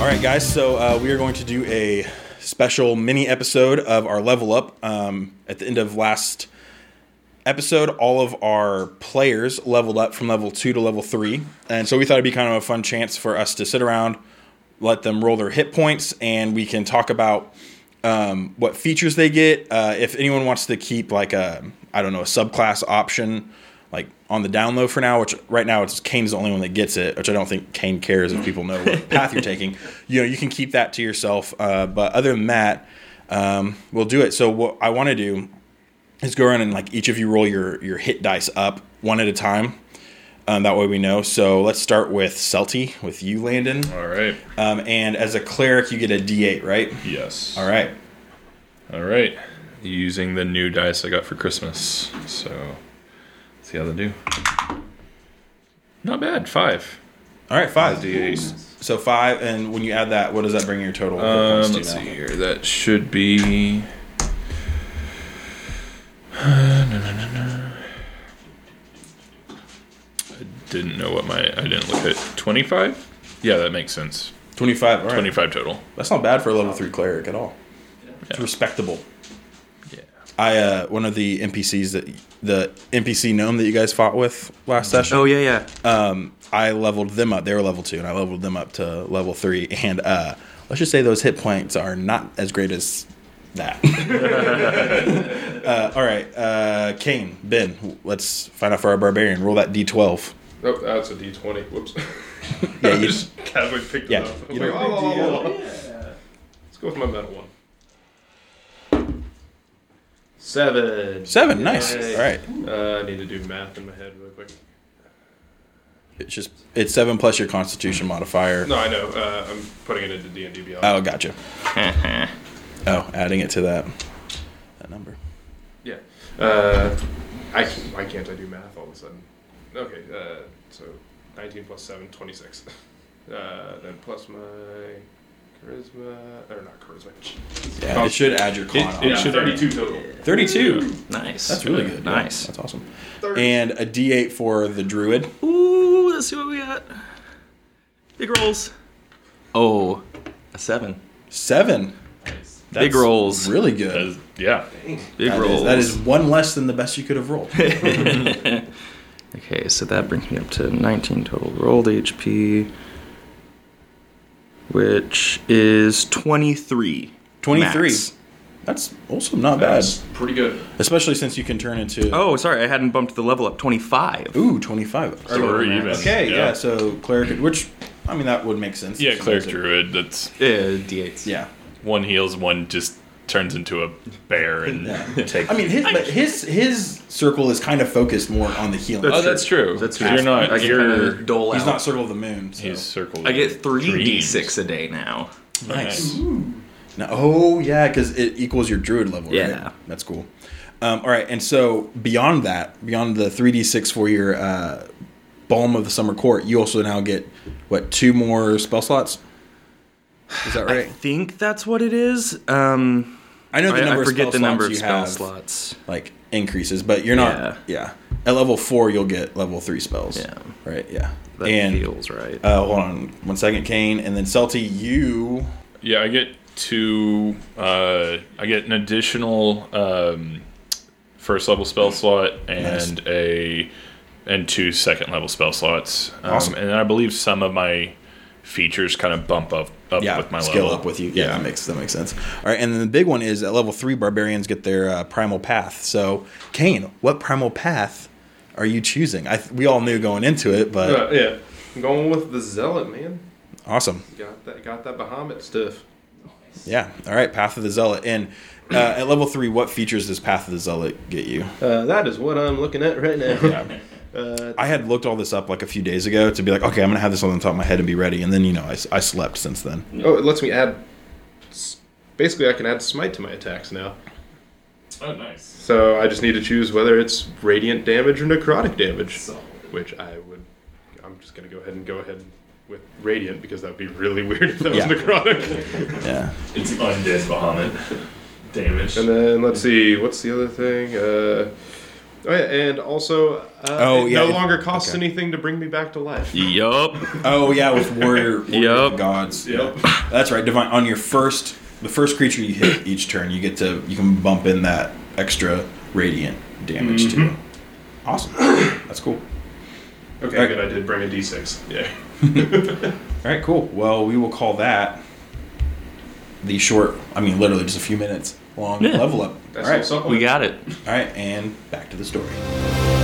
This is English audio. right, guys. So uh, we are going to do a special mini episode of our level up. Um, at the end of last episode, all of our players leveled up from level two to level three, and so we thought it'd be kind of a fun chance for us to sit around, let them roll their hit points, and we can talk about um, what features they get. Uh, if anyone wants to keep like a I don't know a subclass option like on the down low for now, which right now it's Kane's the only one that gets it, which I don't think Kane cares if people know what path you're taking. You know, you can keep that to yourself. Uh, but other than that, um, we'll do it. So what I want to do is go around and like each of you roll your your hit dice up one at a time. Um, that way we know. So let's start with Celty, with you, Landon. All right. Um, and as a cleric, you get a D8, right? Yes. All right. All right. Using the new dice I got for Christmas. So, let's see how they do. Not bad. Five. All right, five. D8s. So five, and when you add that, what does that bring your total? hit Um, points to let's see now? here. That should be. I didn't know what my. I didn't look at 25? Yeah, that makes sense. 25. All right. 25 total. That's not bad for a level three cleric at all. It's respectable. Yeah. I uh, one of the NPCs that the NPC gnome that you guys fought with last Mm-hmm. session. Oh yeah, yeah. Um, I leveled them up. They were level two, and I leveled them up to level three. And uh, let's just say those hit points are not as great as that. uh, all right, uh, Kane, Ben, let's find out for our barbarian. Roll that d12. Oh, that's a D20. Whoops. Yeah, you, just casually picked Yeah, it up. I was you like, don't- "Oh, la, la, la, la." Let's go with my metal one. Seven. seven. Nice. Yay. All right. Uh, I need to do math in my head really quick. It's just it's seven plus your Constitution modifier. No, I know. Uh, I'm putting it into D&D Beyond. Oh, gotcha. oh, adding it to that that number. yeah. Uh, I, why can't I do math all of a sudden? Okay, uh, so 19 plus 7, 26. Uh, then plus my charisma, or not charisma. Yeah, it should add your con. It- on it Yeah, should- 32 total. Thirty-two. Nice. That's really good. yeah. Nice. That's awesome. 30. And a D8 for the druid. Ooh, let's see what we got. Big rolls. Oh, a seven. Seven. That's Big rolls. Really That good. is- yeah. Big That rolls. is, that is one less than the best you could have rolled. Okay, so that brings me up to 19 total rolled HP, which is 23. Twenty-three. max. That's also not That's bad, pretty good. especially since you can turn into Oh, sorry, I hadn't bumped the level up. 25. ooh twenty-five. So we're even. Okay, yeah. So cleric, which I mean that would make sense. Yeah, cleric Sometimes it- druid. That's Uh, D8s. Yeah. one heals, one just turns into a bear and takes. I mean, his but his his circle is kind of focused more on the healing. oh, that's true. That's 'Cause true. You're not. I can you're. kinda dole He's out. not circle of the moon. So. He's circled. I get three Threes. D6 a day now. nice. No, oh yeah, because it equals your druid level. Right? Yeah. that's cool. Um, all right, and so beyond that, beyond the three d six for your uh, balm of the summer court, you also now get what two more spell slots? Is that I right? think that's what it is. Um, I, know I, the I number. of forget spell the number of slots you spell have, slots. Like increases, but you're not. Yeah. At level four, you'll get level three spells. Yeah. Right. Yeah. That and feels right. uh, hold on one second, Kane, and then Celty, you Yeah, I get two. Uh, I get an additional um, first level spell slot and a and two second level spell slots. Um, Awesome. And I believe some of my features kind of bump up up yeah, with my scale level. up with you. Yeah, that makes that makes sense. All right, and then the big one is at level three, barbarians get their uh, primal path. So, Kane, what primal path are you choosing? I th- we all knew going into it, but Uh, yeah. I'm going with the zealot, man. awesome. Got that, got that Bahamut stuff. Yeah. All right, path of the zealot. And uh, at level three, what features does path of the zealot get you? Uh, that is what I'm looking at right now. Uh, I had looked all this up like a few days ago to be like, okay, I'm gonna have this on the top of my head and be ready. And then you know, I, s- I slept since then. oh, it lets me add. s- Basically, I can add smite to my attacks now. Oh, nice. So I just need to choose whether it's radiant damage or necrotic damage, which I would. I'm just gonna go ahead and go ahead with radiant because that would be really weird if that Yeah. was necrotic. Yeah. It's undead Bahamut damage. and then let's see, what's the other thing? Uh, Oh yeah, and also, uh, Oh, it yeah, no it- longer costs okay. anything to bring me back to life. Yup. Oh yeah, with warrior, warrior Yep. gods. Yep. That's right. Divine on your first the first creature you hit each turn, you get to you can bump in that extra radiant damage to them. Awesome. That's cool. Okay, Right. good. I did bring a D6. Yeah. All right, cool. Well, we will call that the short, I mean literally just a few minutes long Yeah. level up. That's All right. some We supplements. got it. All right, and back to the story.